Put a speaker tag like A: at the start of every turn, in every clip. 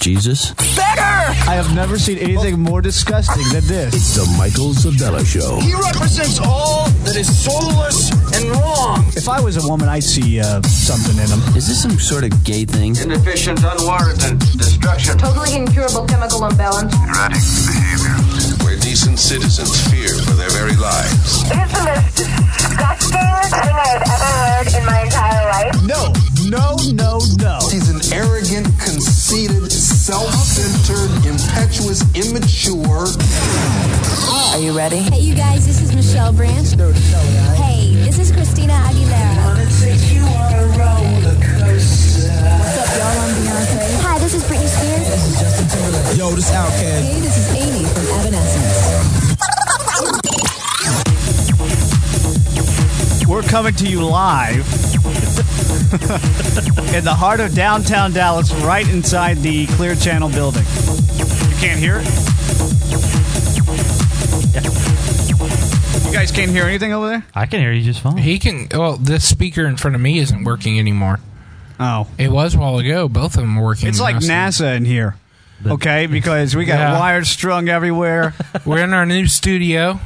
A: Jesus.
B: I have never seen anything more disgusting than this.
C: The Michael Savella Show.
D: He represents all that is soulless and wrong.
B: If I was a woman, I'd see uh, something in him.
A: Is this some sort of gay thing?
D: Inefficient, unwarranted destruction.
E: Totally incurable chemical imbalance.
F: erratic behavior.
G: where decent citizens fear for their very lives.
H: It is the most disgusting thing I have ever heard in my entire life.
B: No, no, no, no.
I: He's an arrogant, conceited, self centered, impetuous, immature.
J: Are you ready?
K: Hey, you guys, this is Michelle Branch. Hey, this is Christina Aguilera. Hi, this is Britney Spears.
A: Yo, this outcast.
J: Hey, this is Amy from Evanescence.
B: We're coming to you live in the heart of downtown Dallas, right inside the Clear Channel building. You can't hear it? Yeah. You guys can't hear anything over there?
A: I can hear you just fine.
L: He can. Well, the speaker in front of me isn't working anymore.
B: Oh.
L: It was a while ago. Both of them were working.
B: It's like
L: nicely.
B: NASA in here. Okay, because we got
L: Yeah.
B: wires strung everywhere.
L: We're in our new studio.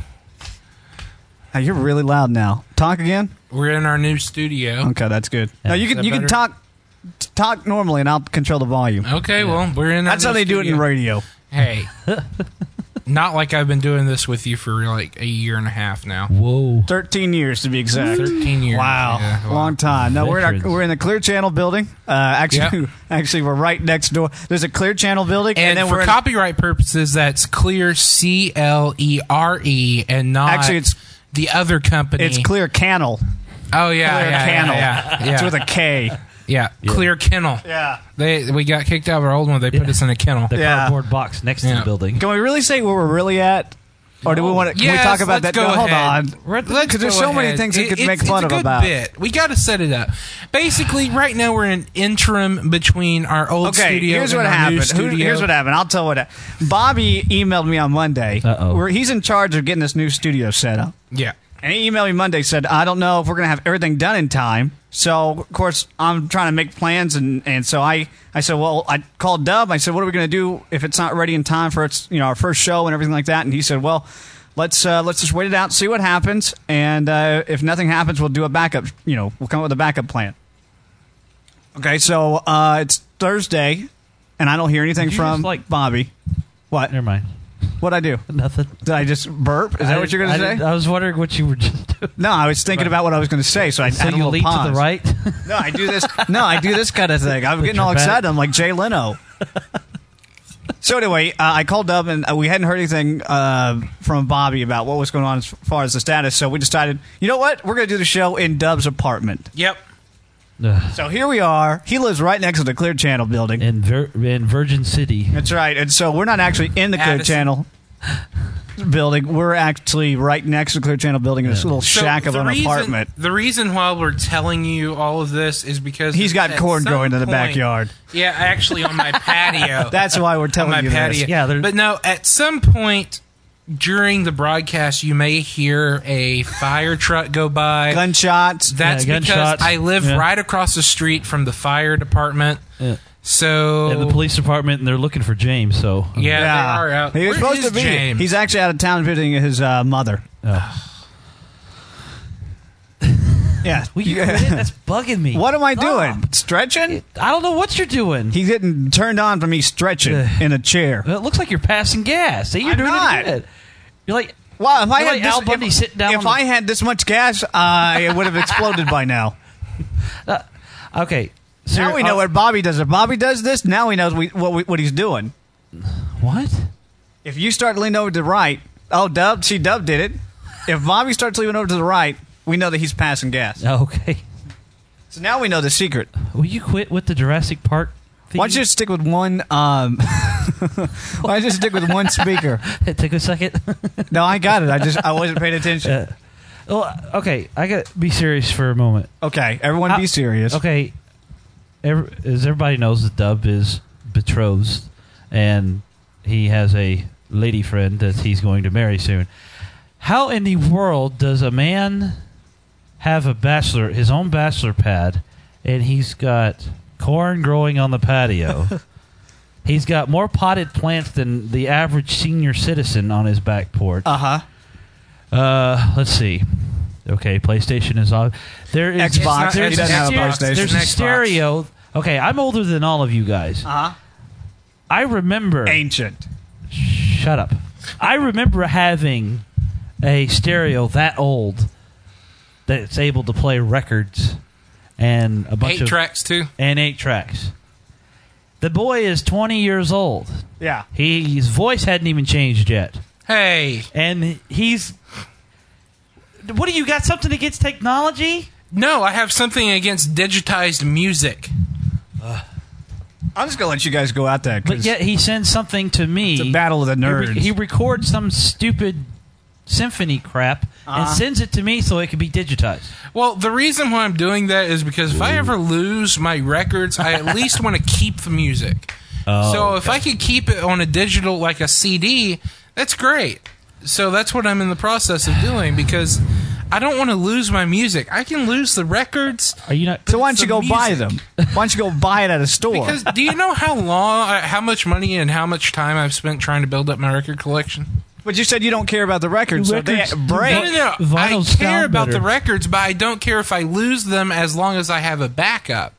B: Hey, you're really loud now. Talk again.
L: We're in our new studio.
B: Okay, that's good. No, you
L: Is
B: can
L: that
B: you can
L: better?
B: talk t- talk normally, and I'll control the volume.
L: Okay. Well, we're in. Our
B: That's how
L: new
B: they do it in
L: studio.
B: radio.
L: Hey. Not like I've been doing this with you for like a year and a half now.
A: Whoa.
B: Thirteen years to be exact.
L: 13 years.
B: Wow,
L: Yeah, wow.
B: long time. No, we're in our,
A: Veterans.
B: we're in the Clear Channel building. Uh, actually,
L: Yeah.
B: actually, we're right next door. There's a Clear Channel building,
L: And,
B: and, then
L: for
B: we're in-
L: copyright purposes, that's clear C L E R E and not
B: Actually, it's-
L: the other company.
B: it's Clear Cannel.
L: Oh yeah,
B: Clear
L: yeah,
B: Cannel.
L: yeah, yeah, yeah.
B: It's with a K.
L: yeah. Clear kennel.
B: Yeah.
L: They we got kicked out of our old one. They put
A: Yeah.
L: us in a kennel.
A: The
B: Yeah.
A: cardboard box next to
L: Yeah.
A: the building.
B: Can we really say where we're really at? Or do we want to? Can we
L: Yes,
B: talk about
L: let's
B: that? No,
L: go
B: hold on.
L: ahead. Let's
B: Because there's
L: go
B: so many
L: ahead.
B: things we
L: It-
B: could
L: it's-
B: make fun
L: it's a
B: of
L: good
B: about.
L: Bit. We got to set it up. Basically, right now we're in interim between our old
B: Okay,
L: studio
B: here's
L: and
B: what
L: our new
B: happened. Who-
L: studio.
B: here's what happened. I'll tell what. hap- Bobby emailed me on Monday.
A: Uh-oh.
B: Where he's in charge of getting this new studio set up.
L: Yeah.
B: And he emailed me Monday said, I don't know if we're going to have everything done in time. So, of course, I'm trying to make plans. And, and so I, I said, well, I called Dub. I said, what are we going to do if it's not ready in time for its, you know, our first show and everything like that? And he said, well, let's, uh, let's just wait it out, see what happens. And uh, if nothing happens, we'll do a backup, you know, we'll come up with a backup plan. Okay, so uh, it's Thursday, and I don't hear anything
A: Did you
B: from
A: just, like-
B: Bobby. What?
A: Never mind.
B: What'd I do?
A: Nothing.
B: Did I just burp? Is that
A: I
B: what you're
A: didn't-
B: going to
A: I
B: say?
A: didn't- I was wondering what you were just doing.
B: No, I was thinking about what I was going to say, so I
A: So
B: had a
A: you
B: little
A: lead
B: pause.
A: to the right?
B: No, I do this. No, I do this kind of thing. I'm getting all
A: dramatic-
B: excited. I'm like Jay Leno. so anyway, uh, I called up and uh, we hadn't heard anything uh, from Bobby about what was going on as far as the status. So we decided, you know what, we're going to do the show in Dub's apartment.
L: Yep.
B: So here we are. He lives right next to the Clear Channel building.
A: in, Vir- in Virgin City.
B: That's right. And so we're not actually in the Clear
L: Addison.
B: Channel building. We're actually right next to the Clear Channel building in this little
L: So
B: shack of
L: the
B: an
L: reason-
B: apartment.
L: The reason why we're telling you all of this is because
B: He's got
L: at
B: corn
L: some
B: growing in the
L: point-
B: backyard.
L: Yeah, actually on my patio.
B: That's why we're telling
L: on my
B: you this.
L: patio.
A: Yeah, there-
L: but no, at some point during the broadcast, you may hear a fire truck go by.
B: Gunshots.
L: That's
A: Yeah,
L: because
A: gunshots.
L: I live
A: Yeah.
L: right across the street from the fire department.
A: Yeah.
L: So
A: In the police department, and they're looking for James, so.
L: Oh. Yeah, they are out.
B: He was
L: Where
B: supposed
L: is
B: to be.
L: James?
B: He's actually out of town visiting his uh, mother.
A: Oh.
B: Yeah.
A: Will you
B: Yeah.
A: quit it? That's bugging me.
B: what am I
A: Stop.
B: doing? Stretching?
A: I don't know what you're doing.
B: He's getting turned on from me stretching
A: Ugh.
B: in a chair.
A: Well, it looks like you're passing gas. See, you're
B: I'm
A: doing
B: not.
A: it good. You're like,
B: Wow, if I
A: You're
B: had
A: like
B: this,
A: Al Bundy
B: if,
A: sitting down
B: if
A: on
B: I
A: the-
B: had this much gas, uh, I would have exploded by now.
A: okay. So
B: Now
A: you're-
B: we know
A: uh,
B: what Bobby does. If Bobby does this, now he knows we, what we, what he's doing.
A: What?
B: If you start leaning over to the right, oh, Dub, she Dub did it. If Bobby starts leaning over to the right, we know that he's passing gas.
A: Oh, okay.
B: So now we know the secret.
A: Will you quit with the Jurassic Park? Theme?
B: Why don't you just stick with one? Um, why don't you just stick with one speaker?
A: It took a second.
B: No, I got it. I just I wasn't paying attention.
A: well, okay. I got to be serious for a moment.
B: Okay, everyone,
A: How-
B: be serious.
A: Okay. Every, as everybody knows, the dub is betrothed, and he has a lady friend that he's going to marry soon. How in the world does a man have a bachelor, his own bachelor pad, and he's got corn growing on the patio? He's got more potted plants than the average senior citizen on his back porch.
B: Uh-huh.
A: Uh Let's see. Okay, PlayStation is on. There is
B: Xbox. It's not-
A: There's
B: he doesn't have a
A: stereo-
B: PlayStation.
A: There's a
B: Xbox.
A: stereo. Okay, I'm older than all of you guys.
B: Uh huh.
A: I remember.
B: Ancient.
A: Shut up. I remember having a stereo that old that's able to play records and a bunch
L: Eight
A: of
L: tracks too.
A: and eight tracks. The boy is 20 years old.
B: Yeah.
A: He, his voice hadn't even changed yet,
L: Hey,
A: and he's. What do you got? Something against technology?
L: no, I have something against digitized music.
B: I'm just gonna let you guys go out there. 'cause
A: But yet he sends something to me.
B: It's a battle of the
A: He re-
B: nerds.
A: He, records some stupid symphony crap and sends it to me so it can be digitized.
L: Well, the reason why I'm doing that is because if I ever lose my records, I at least want to keep the music.
A: Oh,
L: so if I could keep it on a digital, like a CD, that's great. So that's what I'm in the process of doing because I don't want to lose my music. I can lose the records.
A: Are you not?
B: so why don't you go
L: Some
B: buy
L: music.
B: them? Why don't you go buy it at a store?
L: Because do you know how long, uh, how much money, and how much time I've spent trying to build up my record collection?
B: but you said you don't care about the records, so they
A: Records-
L: No,
B: break.
L: no, no. I
A: Vinyls
L: care
A: sound
L: about
A: better.
L: the records, but I don't care if I lose them as long as I have a backup.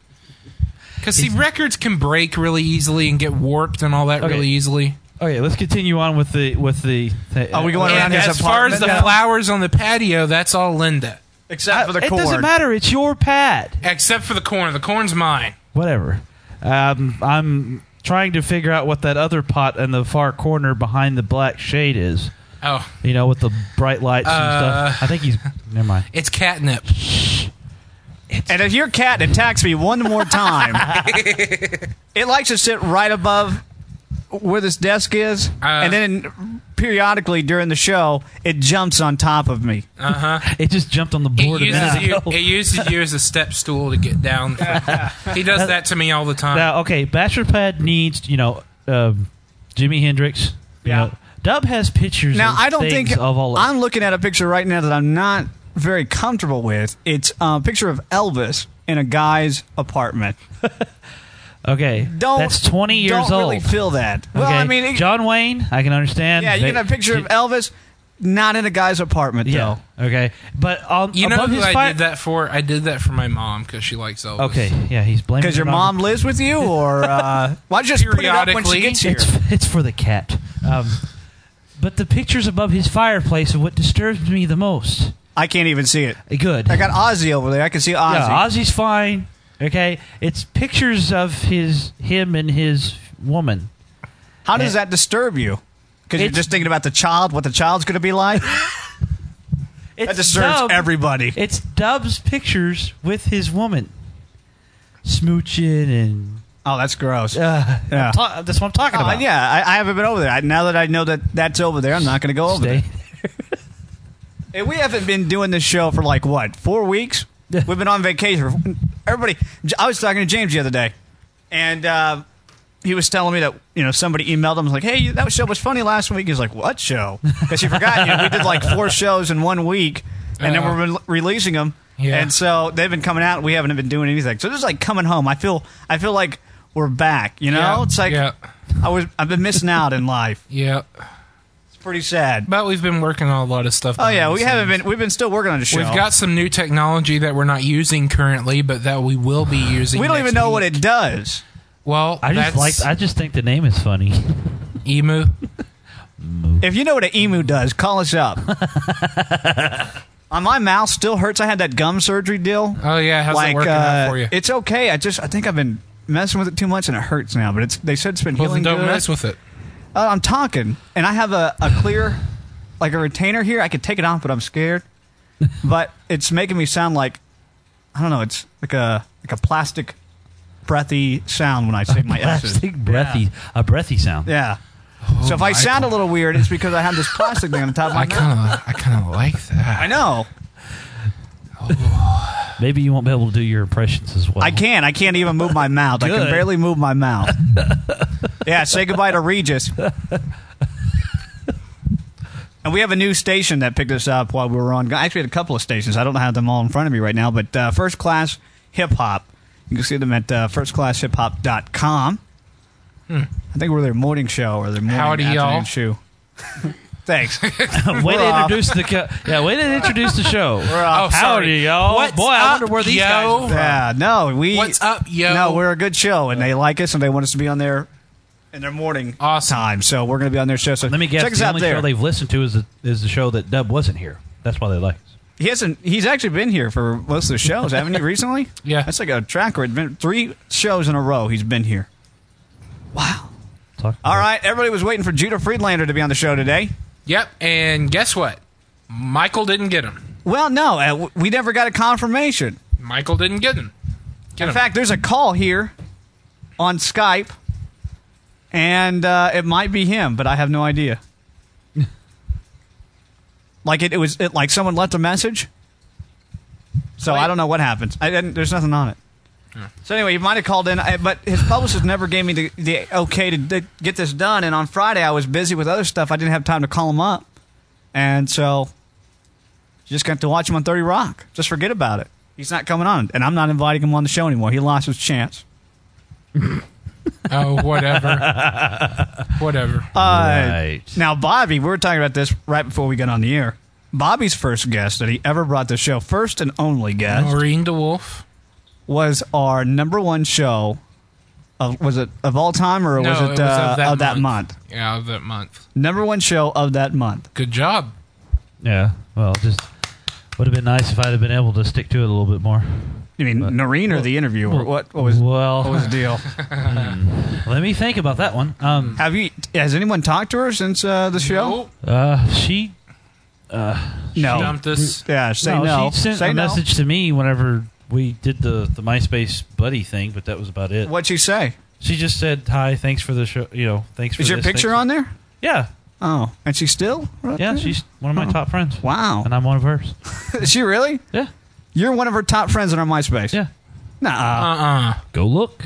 L: Because see, records can break really easily and get warped and all that
A: Okay.
L: really easily.
A: Okay, let's continue on with the with the. uh,
B: Are we going around
L: And
B: his
L: as far as
B: apartment
L: the
B: now?
L: flowers on the patio, that's all Linda,
B: Except for the
A: uh, it
B: cord.
A: doesn't matter. It's your pad.
L: except for the corn. The corn's mine.
A: whatever. Um, I'm trying to figure out what that other pot in the far corner behind the black shade is.
L: Oh,
A: You know, with the bright lights
L: Uh,
A: and stuff. I think he's. Never mind.
L: it's catnip.
B: And if your cat attacks me one more time, it likes to sit right above where this desk is,
A: Uh.
B: and then periodically during the show, it jumps on top of me.
A: It just jumped on the board.
L: It
A: a
L: uses,
A: minute
L: you,
A: ago.
L: it uses you as a step stool to get down. he does that to me all the time.
A: Now, okay, Bachelor Pad needs you know, um, Jimi Hendrix. you
B: Yeah.
A: know. Dub has pictures.
B: Now
A: of
B: I don't
A: things
B: think
A: of all.
B: I'm looking at a picture right now that I'm not very comfortable with. It's a picture of Elvis in a guy's apartment.
A: okay,
B: Don't
A: that's 20 years
B: don't
A: old.
B: Really feel that? Well,
A: okay.
B: I mean, it-
A: John Wayne, I can understand.
B: yeah, you
A: They-
B: get a picture of Elvis, not in a guy's apartment
A: Yeah. Okay, but um,
L: you know
A: above
L: who
A: his
L: I
A: fi-
L: did that for? I did that for my mom because she likes Elvis.
A: Okay, yeah, he's blaming
B: though, because your
A: it on-
B: mom lives with you, or uh, why don't you just put it up when she
L: Periodically.
B: gets here?
A: It's, it's for the cat. Um, but the pictures above his fireplace are what disturbs me the most.
B: I can't even see it.
A: Good.
B: I got Ozzy over there. I can see Ozzy.
A: Yeah, Ozzy's fine. Okay, it's pictures of his him and his woman.
B: How does that disturb you? Because you're
A: It's-
B: just thinking about the child, what the child's going to be like.
A: It's
B: That disturbs
A: Dub-
B: everybody.
A: It's Dub's pictures with his woman, smooching and
B: oh, that's gross.
A: uh,
B: Yeah.
A: ta- that's what I'm talking
B: Oh,
A: about.
B: yeah, I, I haven't been over there. I, now that I know that that's over there, I'm not going to go over
A: Stay.
B: there. And we haven't been doing this show for like what four weeks. We've been on vacation. Everybody, J- I was talking to James the other day, and uh, he was telling me that you know somebody emailed him was like, "Hey, that show was funny last week." He was like, "What show?" Because he forgot. You know, we did like four shows in one week, and then
L: Uh-huh.
B: we're re- releasing them.
L: Yeah.
B: And so they've been coming out. We haven't been doing anything. So this is like coming home. I feel. I feel like we're back. You know,
L: Yeah,
B: it's like
L: yeah.
B: I was. I've been missing out in life.
L: Yeah.
B: pretty sad.
L: But we've been working on a lot of stuff.
B: Oh yeah,
L: behind
B: we
L: the
B: haven't
L: scenes.
B: been. We've been still working on the show.
L: We've got some new technology that we're not using currently, but that we will be using.
B: We don't
L: next
B: even know what
L: week.
B: it does.
L: Well,
A: I just
L: that's
A: like. I just think the name is funny.
L: emu.
B: If you know what an emu does, call us up. Uh, my mouth still hurts. I had that gum surgery deal.
L: Oh yeah, how's
B: like
L: it working
B: uh,
L: out for you?
B: it's okay. I just I think I've been messing with it too much and it hurts now. But it's they said it's been
L: well, then
B: healing
L: don't
B: good.
L: mess with it.
B: Uh, I'm talking and I have a, a clear like a retainer here. I could take it off, but I'm scared. but it's making me sound like I don't know. It's like a like a plastic breathy sound when I say my s's.
A: Plastic breathy, a breathy sound.
B: Yeah. so if I sound a little weird, it's because I have this plastic thing on the top of my
L: I
B: mouth.
L: kind of, I kind of like that.
B: I know.
A: Maybe you won't be able to do your impressions as well.
B: I can't. I can't even move my mouth. I can
A: Good.
B: barely move my mouth. yeah, say goodbye to Regis. And we have a new station that picked us up while we were on. I actually had a couple of stations. I don't have them all in front of me right now, but uh, First Class Hip Hop. You can see them at uh, firstclasshiphop.com. I think we're their morning show or their morning
L: Howdy,
B: afternoon
L: y'all.
B: show. Thanks.
A: way
B: We're
A: to
B: off.
A: introduce the co- yeah, way to introduce the show.
L: Oh,
A: Howdy,
L: sorry.
A: y'all.
L: What's
A: Boy, I
L: up,
A: wonder where these
L: yo?
A: guys are from.
B: Yeah, no, we.
L: What's up, yo?
B: No, we're a good show, and they like us, and they want us to be on their in their morning
L: Awesome.
B: time. So we're going to be on their show. So
A: Let me guess.
B: check us
A: the
B: out
A: only show
B: there.
A: they've listened to is the is the show that Dub wasn't here. That's why they like. us.
B: He hasn't. He's actually been here for most of the shows, haven't he? Recently,
L: Yeah.
B: That's like a track record. Three shows in a row, he's been here.
A: Talk
B: All right, everybody was waiting for Judah Friedlander to be on the show today.
L: Yep, and guess what? Michael didn't get him.
B: Well, no, uh, w- we never got a confirmation.
L: Michael didn't get him. Get
B: In
L: him.
B: fact, there's a call here on Skype, and uh, it might be him, but I have no idea. like it, it was it, like someone left a message, so I don't know what happened. I didn't, there's nothing on it. So anyway, he might have called in, I- but his publicist never gave me the, the okay to d- get this done. And on Friday, I was busy with other stuff. I didn't have time to call him up, and so you just got to watch him on 30 Rock. Just forget about it. He's not coming on, and I'm not inviting him on the show anymore. He lost his chance.
L: oh, whatever. whatever.
B: Uh,
A: Right.
B: Now, Bobby, we were talking about this right before we got on the air. Bobby's first guest that he ever brought to the show, first and only guest,
L: Maureen DeWolf.
B: was our number one show. Of, was it of all time or
L: No,
B: was it,
L: it was
B: uh,
L: of that,
B: month?
L: Yeah, of that month.
B: Number one show of that month.
L: Good job.
A: Yeah. Well, just would have been nice if I'd have been able to stick to it a little bit more.
B: You mean Noreen or the interviewer?
A: well,
B: what, what was
A: well-
B: what was the deal?
A: Let me think about that one. Um.
B: Have you has anyone talked to her since uh, the show?
L: Oh,
A: Uh. She.
B: No.
L: dumped us.
B: Yeah, say no.
A: She sent
B: say
A: a
B: no.
A: message to me whenever we did the the MySpace buddy thing, but that was about it.
B: What'd she say?
A: She just said hi, thanks for the show. You know, thanks for.
B: Is your
A: this,
B: picture
A: thanks
B: on there?
A: for-" Yeah.
B: Oh, and she's still? right
A: Yeah.
B: there?
A: She's one of my top friends.
B: Wow.
A: And I'm one of hers.
B: Is she really?
A: Yeah.
B: You're one of her top friends on her MySpace.
A: Yeah.
B: Nah.
L: Uh-uh.
A: Go look.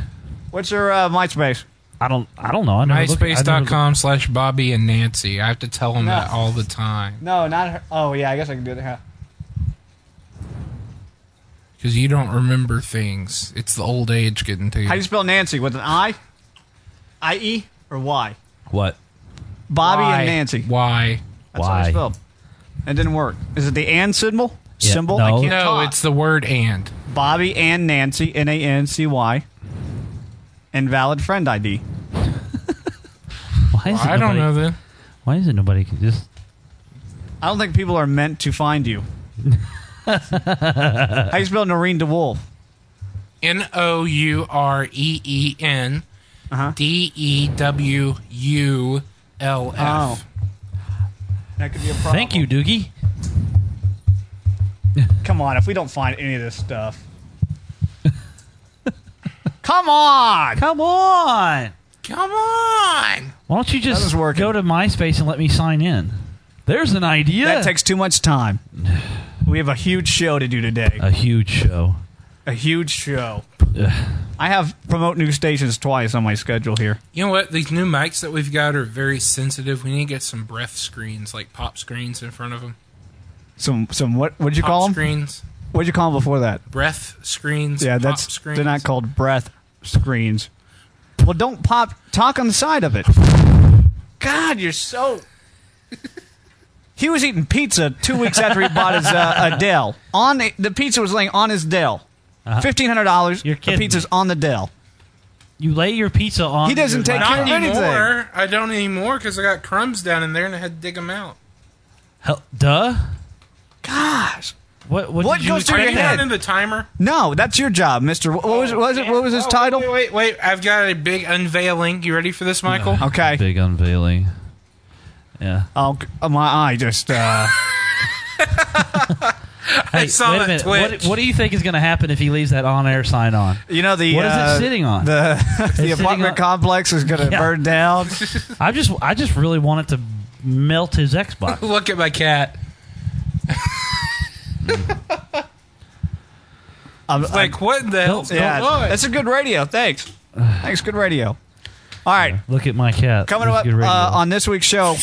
B: What's her uh, MySpace?
A: I don't. I don't know. I never looked- I never looked-
L: MySpace.com slash Bobby and Nancy. I have to tell them
B: No.
L: that all the time.
B: No, not her. Oh, yeah, I guess I can do that.
L: Because you don't remember things. It's the old age getting to you.
B: How do you spell Nancy? With an I? I E or Y?
A: What?
B: Bobby
L: Why?
B: and Nancy.
L: Why?
B: That's how
A: Why?
B: it's spelled. It didn't work. Is it the and symbol?
A: Yeah,
B: symbol?
A: no.
B: I can't
L: No,
B: talk.
L: it's the word and.
B: Bobby and Nancy, N A N C Y. Invalid friend ID.
A: Why is it
L: I don't
A: nobody-
L: know then.
A: Why is it nobody can just?
B: I don't think people are meant to find you. How do you spell Noreen DeWolf?
L: N O U R E E N
B: Uh-huh.
L: D E W U L
B: Oh.
L: F.
B: That could be a problem.
A: Thank you, Doogie.
B: Come on, if we don't find any of this stuff. Come on!
A: Come on.
L: Come on.
A: Why don't you just
B: was working.
A: go to MySpace and let me sign in? There's an idea.
B: That takes too much time. We have a huge show to do today.
A: a huge show.
B: A huge show. I have promote new stations twice on my schedule here.
L: You know what? These new mics that we've got are very sensitive. We need to get some breath screens, like pop screens in front of them.
B: Some some what what'd you
L: Pop
B: call them?
L: screens,
B: What'd you call them before that?
L: breath screens.
B: Yeah,
L: pop
B: that's
L: screens.
B: they're not called breath screens. Well, don't pop. Talk on the side of it. God, you're so. he was eating pizza two weeks after he bought his uh, Adele. On the, the pizza was laying on his Dell. Fifteen hundred dollars.
A: Uh-huh. You're
B: The
A: kidding
B: pizza's
A: me.
B: on the Dell.
A: You lay your pizza on.
B: He doesn't
A: your
B: take
A: lap.
L: Not
B: care of anything.
L: anymore. I don't anymore because I got crumbs down in there and I had to dig them out.
A: Hell, duh.
B: Gosh.
A: What? What,
B: What
A: did you
B: goes through
A: expect
B: your
L: Are you
A: that?
B: head?
L: down in the timer?
B: No, that's your job, Mister. What was what was it? What was his
L: Oh,
B: title?
L: Wait, wait, wait. I've got a big unveiling. You ready for this, Michael?
B: Okay.
A: Big unveiling. Yeah.
B: Oh, g- oh, my eye just. Uh,
A: Hey,
L: saw
A: wait a
L: that
A: minute.
L: twitch.
A: What, what do you think is going to happen if he leaves that on-air sign on?
B: you know the
A: What is it
B: uh,
A: sitting on?
B: the the
A: sitting
B: apartment
A: on-
B: complex is going to
A: Yeah.
B: burn down.
A: I just, I just really wanted to melt his Xbox.
L: Look at my cat.
B: I'm,
L: Like, what the hell's going
B: Yeah,
L: on?
B: that's a good radio. Thanks. Thanks, good radio. All right,
A: Look at my cat.
B: coming
A: That's
B: up
A: good radio.
B: uh, on this week's show.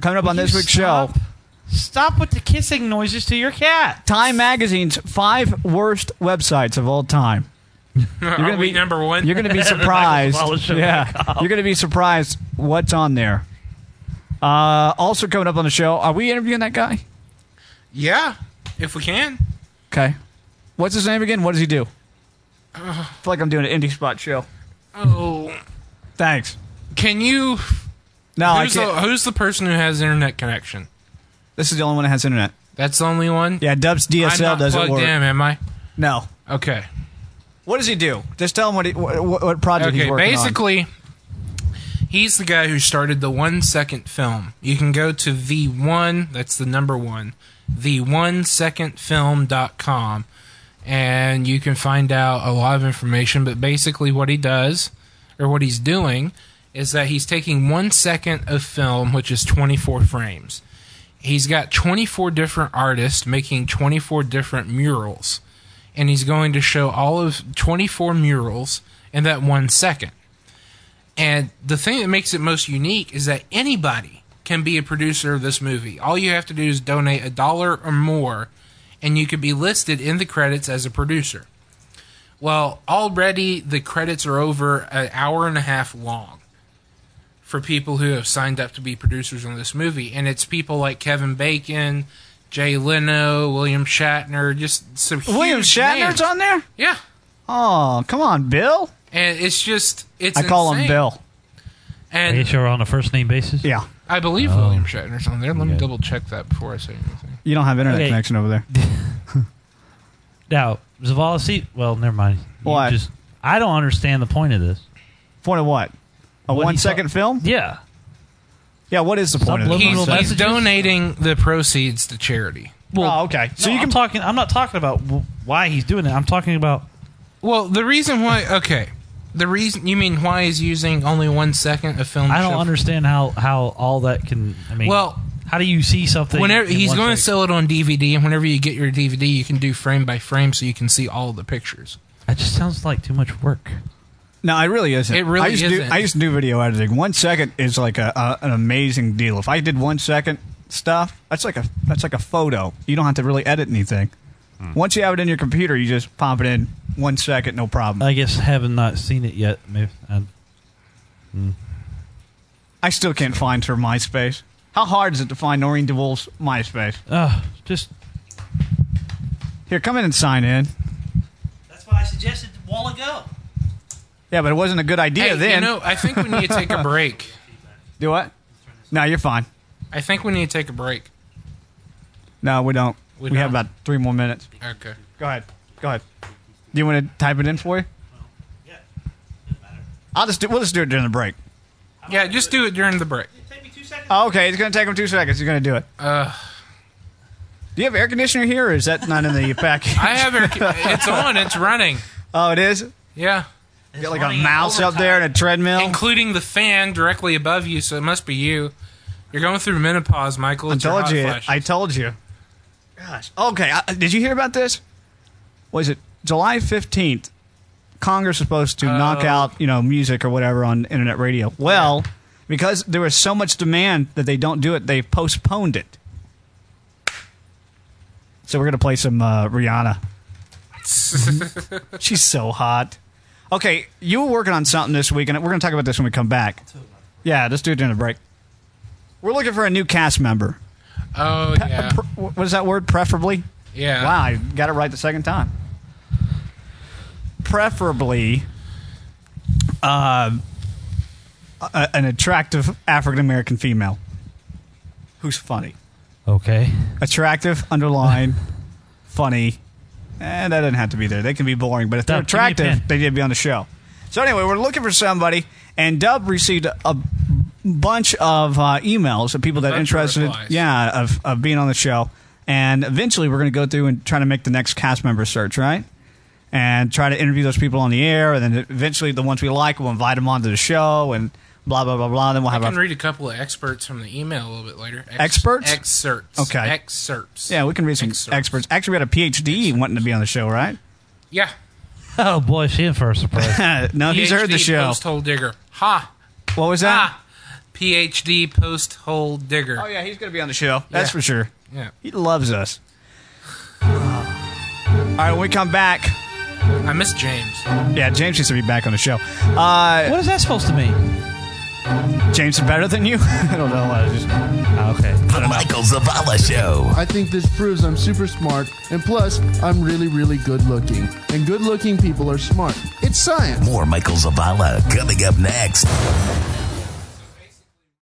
B: Coming up on
A: Will
B: this
A: you
B: week's
A: stop?
B: show,
A: Stop with the kissing noises to your cat.
B: Time Magazine's five worst websites of all time. You're
L: Are we number one?
B: You're going to be surprised. yeah, you're going to be surprised what's on there. Uh, also coming up on the show, are we interviewing that guy?
L: Yeah, if we can.
B: Okay, what's his name again? What does he do?
L: Uh.
B: I feel like I'm doing an indie spot show.
L: Oh,
B: Thanks.
L: can you?
B: No,
L: who's,
B: I
L: the,
B: can't.
L: who's the person who has internet connection?
B: this is the only one that has internet.
L: That's the only one.
B: Yeah, Dub's
L: I'm
B: DSL
L: not
B: doesn't
L: plugged
B: work.
L: in, am I?
B: No.
L: Okay.
B: What does he do? Just tell him what he, what, what project
L: Okay,
B: he's working on.
L: basically, he's the guy who started the one second film. You can go to the one, that's the number one, the one second film.com, and you can find out a lot of information. But basically, what he does, or what he's doing, is that he's taking one second of film, which is 24 frames. He's got 24 different artists making 24 different murals and he's going to show all of 24 murals in that one second. And the thing that makes it most unique is that anybody can be a producer of this movie. All you have to do is donate a dollar or more, and you could be listed in the credits as a producer. Well, already the credits are over an hour and a half long for people who have signed up to be producers on this movie. And it's people like Kevin Bacon, Jay Leno, William Shatner, just some
B: William
L: huge
B: Shatner's
L: names.
B: on there.
L: Yeah.
B: Oh, come on, Bill.
L: And it's just it's
B: I call him
L: insane.
B: Bill.
A: Are you
L: And
A: sure on a first name basis?
B: Yeah,
L: I believe
A: Oh.
L: William Shatner's on there. Let me
A: Okay.
L: double check that before I say anything.
B: you don't have internet
A: Okay.
B: connection over there.
A: Now, Zavala, see, well, never mind. You
B: Why?
A: Just, I don't understand the point of this.
B: Point of what? A
A: What he
B: one-second
A: thought-
B: film?
A: Yeah.
B: Yeah. What is the point of
A: Subliminal
B: this?
L: He's,
A: message.
B: one-second?
L: he's
A: messages?
L: donating the proceeds to charity.
B: oh, okay.
A: So you can i talking. I'm not talking about w- why he's doing it. I'm talking about
L: Well, the reason why okay. The reason you mean why he's using only one second of film
A: I don't
L: show-
A: understand how how all that can. I mean,
L: Well,
A: how do you see something?
L: Whenever
A: in
L: he's
A: one
L: going to
A: second?
L: sell it on DVD, and whenever you get your DVD, you can do frame by frame, so you can see all the pictures.
A: that just sounds like too much work.
B: No, it really isn't.
L: It really
B: I used To do,
L: isn't.
B: I used to do video editing. One second is like a, a an amazing deal. If I did one second stuff, that's like a that's like a photo. You don't have to really edit anything.
L: Hmm.
B: Once you have it in your computer, you just pop it in one second, no problem.
A: I guess having not seen it yet, maybe I,
B: I still can't find her MySpace. How hard is it to find Noreen DeWolf's MySpace?
A: uh, just.
B: Here, come in and sign in.
A: That's what I suggested a while ago.
B: Yeah, but it wasn't a good idea
L: hey,
B: then.
L: you know, I think we need to take a break.
B: do what? No, you're fine.
L: I think we need to take a break.
B: No, we don't. We,
L: We
B: have
L: don't.
B: about three more minutes.
L: Okay.
B: Go ahead. Go ahead. Do you want to type it in for you? I'll just do, we'll just do it during the break.
L: Yeah, just do it during the break.
B: Oh, okay, it's going to take him two seconds. He's going to do it.
L: Uh,
B: Do you have air conditioner here, or is that not in the package?
L: I have air. It's on. It's running.
B: oh, it is.
L: Yeah,
B: You got like a mouse up there and a treadmill.
L: including the fan directly above you, so it must be you. You're going through menopause, Michael.
B: I
L: It's your
B: told
L: hot
B: you.
L: flashes.
B: I told you. Gosh. Okay. I, did you hear about this? Was it July fifteenth? Congress was supposed to knock
L: Oh.
B: out you know music or whatever on internet radio. Well, because there was so much demand that they don't do it, they postponed it. So we're gonna play some uh, Rihanna. She's so hot. Okay, you were working on something this week, and we're gonna talk about this when we come back. Yeah, let's do it during the break. We're looking for a new cast member.
L: oh yeah,
B: Pre- what is that word? Preferably.
L: yeah.
B: Wow, I got it right the second time. Preferably, um, a- an attractive African American female who's funny.
A: Okay.
B: Attractive, underline, funny. And that doesn't have to be there. They can be boring, but if they're
A: Dub, give me a
B: attractive,
A: pen.
B: they need to be on the show. So anyway, we're looking for somebody, and Dub received a bunch of uh, emails of people that are
L: bunch of
B: interested,
L: replies.
B: yeah, of, of being on the show. And eventually, we're going to go through and try to make the next cast member search, right? And try to interview those people on the air, and then eventually, the ones we like, we'll invite them onto the show, and blah blah blah blah. Then we'll
L: I
B: have
L: can
B: our
L: read a couple of experts from the email a little bit later. Ex-
B: Experts?
L: excerpts.
B: Okay.
L: excerpts.
B: yeah, we can read some
L: Excerpts.
B: experts. Actually, we had a PhD wanting to be on the show, right?
L: Yeah,
A: Oh boy, she in for a surprise.
B: no, he's heard the show.
L: Post hole digger. Ha
B: What was that?
L: ha. PhD post hole digger.
B: Ah, Oh yeah, he's gonna be on the show. That's
L: Yeah.
B: for sure.
L: yeah.
B: He loves us. All right, when we come back,
L: I miss James.
B: Yeah, James needs to be back on the show. Uh,
A: what is that supposed to mean?
B: James is better than you? I don't know. I just, oh, okay.
F: The Michael Zavala Show.
M: I think this proves I'm super smart, and plus, I'm really, really good looking. And good looking people are smart. It's science.
F: More Michael Zavala coming up next.